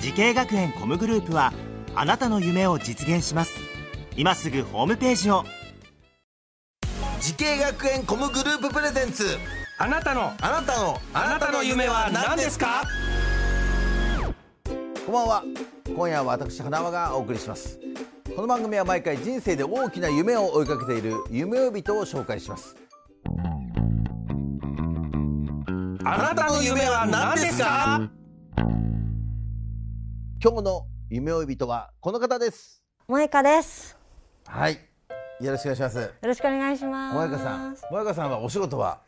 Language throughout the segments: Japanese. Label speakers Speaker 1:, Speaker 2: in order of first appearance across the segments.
Speaker 1: 時系学園コムグループはあなたの夢を実現します今すぐホームページを
Speaker 2: 時系学園コムグループプレゼンツ
Speaker 3: あなたの
Speaker 2: あなたの
Speaker 3: あなたの夢は何ですか
Speaker 2: こんばんは今夜は私花輪がお送りしますこの番組は毎回人生で大きな夢を追いかけている夢追い人を紹介します
Speaker 3: あなたの夢は何ですか
Speaker 2: 今日の夢追い人はこの方です
Speaker 4: 萌香です。
Speaker 2: はいよろしくお願いします
Speaker 4: よろしくお願いします。
Speaker 2: 萌香さん萌香さんはお仕事は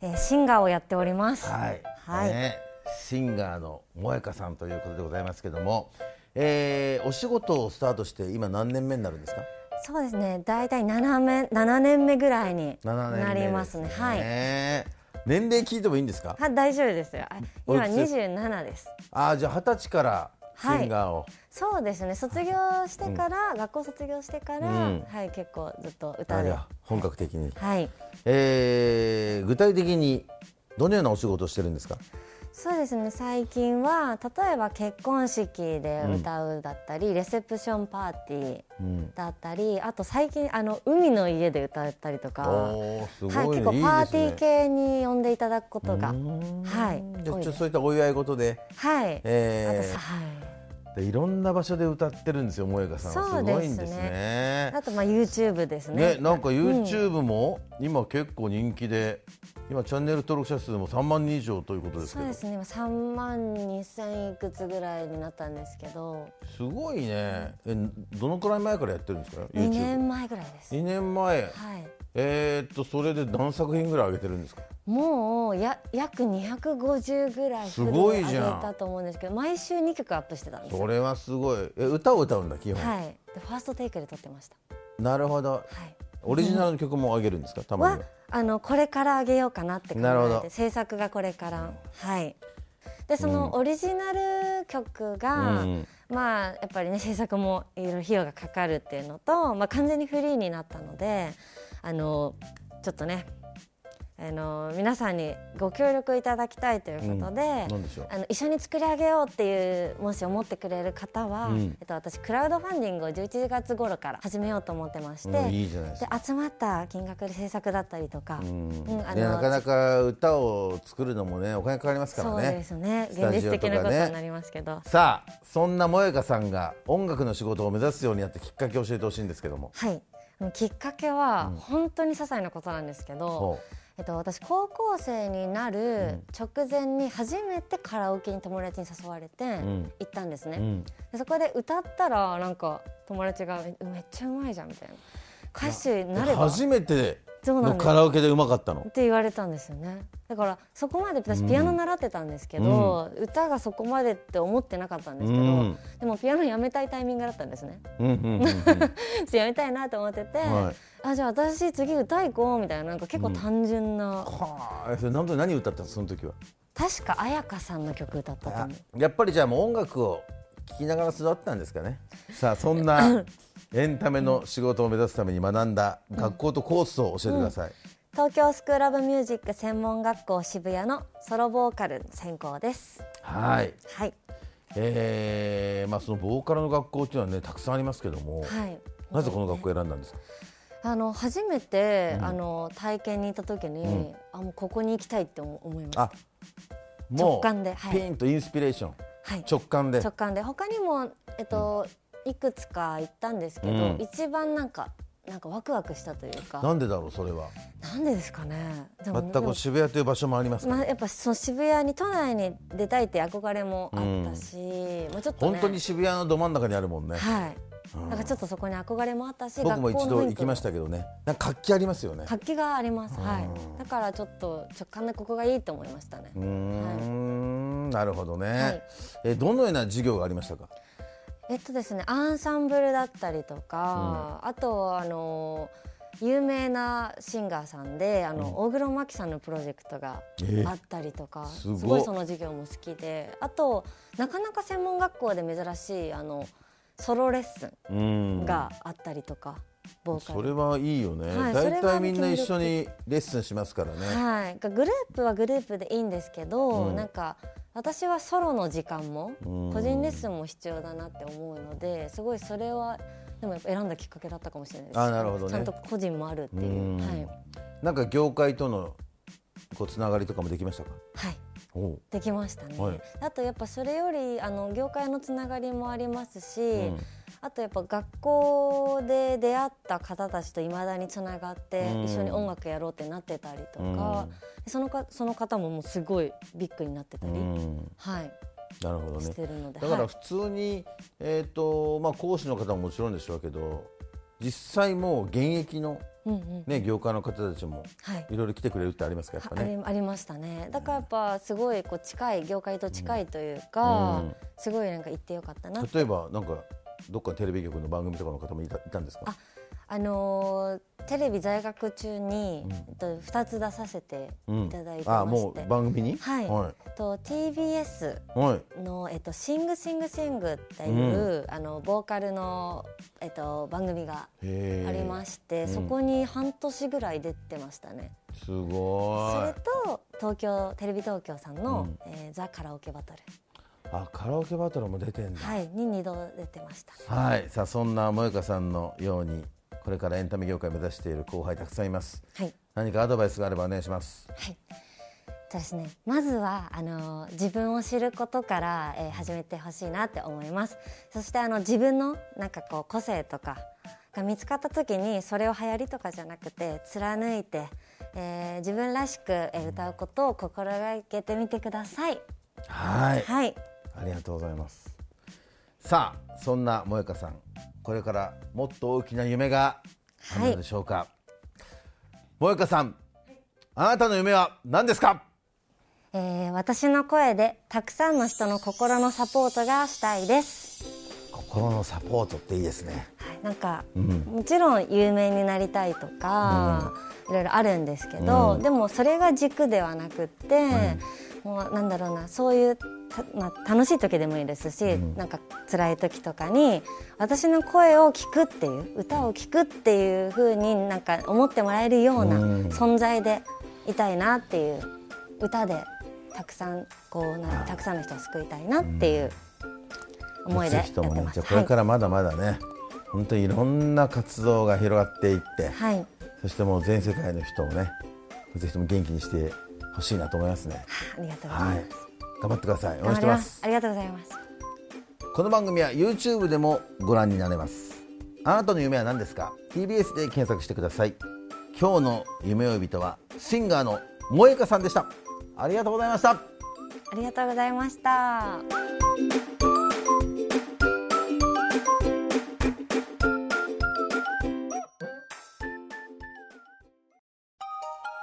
Speaker 4: えーシンガーをやっております。
Speaker 2: はい、
Speaker 4: はい
Speaker 2: ね、シンガーの萌香さんということでございますけども、えー、お仕事をスタートして今何年目になるんですか
Speaker 4: そうですね。だいたい七年七年目ぐらいに
Speaker 2: 7年目
Speaker 4: なりますね。
Speaker 2: です
Speaker 4: はい。
Speaker 2: ね年齢聞いてもいいんですか
Speaker 4: は大丈夫ですよ。あ
Speaker 2: おいく
Speaker 4: 今二
Speaker 2: つ
Speaker 4: 十七です。
Speaker 2: あーじゃあ二十歳からシンガーを、
Speaker 4: そうですね。卒業してから、学校卒業してから、
Speaker 2: うん
Speaker 4: はい結構ずっと
Speaker 2: あ
Speaker 4: 歌
Speaker 2: じ
Speaker 4: で
Speaker 2: ゃ。あ本格的に、
Speaker 4: はい。
Speaker 2: えー、具体的にどのようなお仕事をしてるんですか
Speaker 4: そうですね。最近は例えば結婚式で歌うだったり、レセプションパーティーだったり、あと最近あの海の家で歌ったりとか。
Speaker 2: おーす
Speaker 4: はい、
Speaker 2: ごい
Speaker 4: 結構
Speaker 2: ね、いいですね
Speaker 4: パーティー系に呼んでいただくことが、はい、
Speaker 2: じゃあ
Speaker 4: 多い
Speaker 2: ちょっと
Speaker 4: です
Speaker 2: そういったお祝い事で、
Speaker 4: はい、あと
Speaker 2: え
Speaker 4: さはい、
Speaker 2: ー、でいろんな場所で歌ってるんですよ萌香さんは
Speaker 4: そう
Speaker 2: す
Speaker 4: です
Speaker 2: ご
Speaker 4: ね
Speaker 2: いんですね
Speaker 4: あとまあ YouTube ですね。
Speaker 2: ね、なんか YouTube も今結構人気で、今チャンネル登録者数も3万人以上ということです
Speaker 4: そ
Speaker 2: け
Speaker 4: う
Speaker 2: ど
Speaker 4: ですね、今三万二千いくつぐらいになったんですけど、
Speaker 2: すごいねえどのくらい前からやってるんですか
Speaker 4: 二
Speaker 2: YouTube
Speaker 4: 年前ぐらいです。
Speaker 2: 2年
Speaker 4: は
Speaker 2: 前、
Speaker 4: い、
Speaker 2: えー、っとそれで何作品ぐらい上げてるんですか
Speaker 4: もうや約二百五十ぐらい
Speaker 2: すごい
Speaker 4: フル
Speaker 2: じ
Speaker 4: で
Speaker 2: ゃん
Speaker 4: 上げたと思うんですけど、毎週二曲アップしてたんです
Speaker 2: そ
Speaker 4: よ。
Speaker 2: れはすごいえ歌を歌うんだ基本、
Speaker 4: はい、でファーストテイクで撮ってました。
Speaker 2: なるほど
Speaker 4: はい。
Speaker 2: オリジナルの曲も上げるんですかたま
Speaker 4: は
Speaker 2: には
Speaker 4: あのこれからあげようかなって考
Speaker 2: なるほ
Speaker 4: え
Speaker 2: ど
Speaker 4: て制作がこれからはいでそのオリジナル曲が、
Speaker 2: うん
Speaker 4: まあやっぱりね制作もいろいろ費用がかかるっていうのと、まあ、完全にフリーになったのであのちょっとねあの皆さんにご協力いただきたいということで、
Speaker 2: なんでしょう
Speaker 4: あの一緒に作り上げようっていうもし思ってくれる方は、
Speaker 2: うん
Speaker 4: えっと、私クラウドファンディングを11月頃から始めようと思ってまして、
Speaker 2: うんいいじゃないです
Speaker 4: で
Speaker 2: か
Speaker 4: 集まった金額で制作だったりとか、
Speaker 2: うん
Speaker 4: うんあ
Speaker 2: ねなか
Speaker 4: の
Speaker 2: なか歌を作るのもねお金かかりますから
Speaker 4: そう
Speaker 2: ね
Speaker 4: ですね
Speaker 2: ス
Speaker 4: 現
Speaker 2: タジ
Speaker 4: 実
Speaker 2: オと
Speaker 4: 的
Speaker 2: かね
Speaker 4: なことになりますけど、
Speaker 2: さあそんな萌香さんが音楽の仕事を目指すようになってきっかけを教えてほしいんですけども
Speaker 4: はいあのきっかけは本当に些細なことなんですけど
Speaker 2: ほ、
Speaker 4: えっと、私高校生になる直前に初めてカラオケに友達に誘われて
Speaker 2: ん
Speaker 4: 行ったんですね、
Speaker 2: ん
Speaker 4: でそこで歌ったらなんか友達が「えめっちゃうまいじゃん」みたいな歌手になれば
Speaker 2: 初めて
Speaker 4: そうなん
Speaker 2: の
Speaker 4: です
Speaker 2: カラオケでうまかったの
Speaker 4: って言われたんですよねだからそこまで私ピアノ習ってたんですけど、歌がそこまでって思ってなかったんですけど、
Speaker 2: うん
Speaker 4: でもピアノやめたいタイミングだったんですね
Speaker 2: うんうんうんうん
Speaker 4: ちょっとやめたいなと思ってて、
Speaker 2: はい
Speaker 4: あじゃあ私次歌行こうみたいななんか結構単純な、
Speaker 2: はあそれ何と何歌ったのその時は
Speaker 4: 確か彩香さんの曲歌ったと思う
Speaker 2: やっぱりじゃあもう音楽を聴きながら育ったんですかねさあそ んなエンタメの仕事を目指すために学んだ学校とコースを教えてください、
Speaker 4: 東京スクール・オブ・ミュージック専門学校渋谷のソロボーカル専攻です
Speaker 2: はい
Speaker 4: はい
Speaker 2: えー、まあそのボーカルの学校っていうのはねたくさんありますけども、
Speaker 4: はい
Speaker 2: なぜこの学校を選んだんですか
Speaker 4: あの初めて、あの体験に行った時に、
Speaker 2: ん
Speaker 4: あもうここに行きたいって思思いました
Speaker 2: あもう
Speaker 4: 直感ではい
Speaker 2: ピンとインスピレーション
Speaker 4: はい、
Speaker 2: 直感で
Speaker 4: 直感で他にも、えっといくつか行ったんですけど、
Speaker 2: うん
Speaker 4: 一番なんかなんかワクワクしたというか
Speaker 2: なんでだろうそれは
Speaker 4: なんでですかねでも
Speaker 2: 全く渋谷という場所もあります
Speaker 4: で
Speaker 2: か
Speaker 4: もま
Speaker 2: ら、
Speaker 4: あ、やっぱその渋谷に都内に出たいって憧れもあったし、まあちょっと、ね、
Speaker 2: 本当に渋谷のど真ん中にあるもんね、
Speaker 4: はいだからちょっとそこに憧れもあったし
Speaker 2: 僕も一
Speaker 4: 学校の
Speaker 2: 度
Speaker 4: 雰囲
Speaker 2: 行
Speaker 4: 気
Speaker 2: きましたけどねなんか活気ありますよね
Speaker 4: 活気があります、はい、だからちょっと直感でここがいいと思いましたね、
Speaker 2: うーんなるほどね、
Speaker 4: はい
Speaker 2: えどのような授業がありましたか
Speaker 4: えっとですねアンサンブルだったりとか、あとあの有名なシンガーさんであの、大黒摩季さんのプロジェクトが
Speaker 2: え
Speaker 4: あったりとか、
Speaker 2: すごい
Speaker 4: すごいその授業も好きであとなかなか専門学校で珍しいあのソロレッス
Speaker 2: う
Speaker 4: ン
Speaker 2: ん
Speaker 4: があったりとか、ボーカ
Speaker 2: そ
Speaker 4: ル
Speaker 2: れはいいよね、
Speaker 4: はい
Speaker 2: だい
Speaker 4: それ
Speaker 2: たい
Speaker 4: は
Speaker 2: みんな一緒にレッスンしますからね、
Speaker 4: はい、グループはグループでいいんですけど、
Speaker 2: うん
Speaker 4: なんか私はソロの時間も
Speaker 2: うん
Speaker 4: 個人レッスンも必要だなって思うのですごいそれはでもやっぱ選んだきっかけだったかもしれないです
Speaker 2: あなるほどね
Speaker 4: ちゃんと個人もあるっていう
Speaker 2: うん
Speaker 4: はい、
Speaker 2: なんか業界とのこうつながりとかもできましたか
Speaker 4: はい、
Speaker 2: おう
Speaker 4: できましたね、
Speaker 2: はい
Speaker 4: あとやっぱそれよりあの業界のつながりもありますし、
Speaker 2: ん
Speaker 4: あとやっぱ学校で出会った方たちといまだにつながって、
Speaker 2: うん
Speaker 4: 一緒に音楽やろうってなってたりとか、そのかその方ももうすごいビッグになってた
Speaker 2: う
Speaker 4: り、
Speaker 2: ん
Speaker 4: はい、
Speaker 2: なるほどね
Speaker 4: してるので、
Speaker 2: だから
Speaker 4: はい
Speaker 2: 普通に、えっ、とまあ講師の方ももちろんでしょうけど実際もう現役の
Speaker 4: うんうん
Speaker 2: ね業界の方たちも
Speaker 4: はい
Speaker 2: いろいろ来てくれるってありますかやっぱ
Speaker 4: あり
Speaker 2: ね
Speaker 4: ありましたねだからやっぱすごいこう近い業界と近いというか、
Speaker 2: うん
Speaker 4: すごいなんか行ってよかったな
Speaker 2: 例えばなんかどっかテレビ局の番組とかの方もいたいたんですか
Speaker 4: ああのーテレビ在学中に、えっと2つ出させていただいてま
Speaker 2: あも
Speaker 4: し
Speaker 2: う
Speaker 4: て、
Speaker 2: 番組に
Speaker 4: はい
Speaker 2: は
Speaker 4: えっと TBS
Speaker 2: い、はい
Speaker 4: の、えっと「シングシングシング」っていう、あのボーカルの、えっと、番組が
Speaker 2: へー
Speaker 4: ありまして、そこに半年ぐらい出てましたね。
Speaker 2: すご
Speaker 4: そ
Speaker 2: い
Speaker 4: れと東京テレビ東京さんの、えーザカラオケバトル
Speaker 2: あカラオケバトルも出てんだ
Speaker 4: はいに二度出てました。
Speaker 2: はい、さあそんな萌香さんのようにこれからエンタメ業界を目指している後輩たくさんいます
Speaker 4: はい。
Speaker 2: 何かアドバイスがあればお願いします
Speaker 4: はい。そうですね。まずはあの自分を知ることから、えー始めてほしいなって思います。そしてあの自分のなんかこう個性とかが見つかった時にそれを流行りとかじゃなくて貫いて、えー自分らしく、えー歌うことを心がけてみてください。
Speaker 2: はい
Speaker 4: はい。
Speaker 2: ありがとうございますさあそんな萌香さんこれからもっと大きな夢があるのでしょうか、萌香さんあなたの夢は何ですか
Speaker 4: えー私の声でたくさんの人の心のサポートがしたいです。
Speaker 2: 心のサポートっていいですね
Speaker 4: はいなんか、もちろん有名になりたいとか、いろいろあるんですけど、でもそれが軸ではなくって、もうなんだろうなそういうた、まあ、楽しい時でもいいですし、なんか辛い時とかに私の声を聞くっていう歌を聞くっていう風になんか思ってもらえるような存在でいたいなっていう歌でたくさんこうなんたくさんの人を救いたいなっていう思いでや
Speaker 2: ぜ
Speaker 4: って
Speaker 2: ひともね
Speaker 4: ます。
Speaker 2: じゃあこれか
Speaker 4: はい
Speaker 2: らまだまだね、本当にいろんな活動が広がっていって、
Speaker 4: はい
Speaker 2: そしてもう全世界の人をね、ぜひとも元気にしてほしいなと思いますね。
Speaker 4: ありがとうござい
Speaker 2: は
Speaker 4: ま
Speaker 2: い
Speaker 4: す。、
Speaker 2: 頑張ってください。
Speaker 4: 頑
Speaker 2: 応援
Speaker 4: 張
Speaker 2: し
Speaker 4: り
Speaker 2: てま
Speaker 4: ます
Speaker 2: す。
Speaker 4: あ。りがとうございます。
Speaker 2: この番組は YouTube でもご覧になれます。あなたの夢は何ですか ?TBS で検索してください。今日の夢追い人はシンガーの萌香さんでした。ありがとうございました。
Speaker 4: ありがとうございました。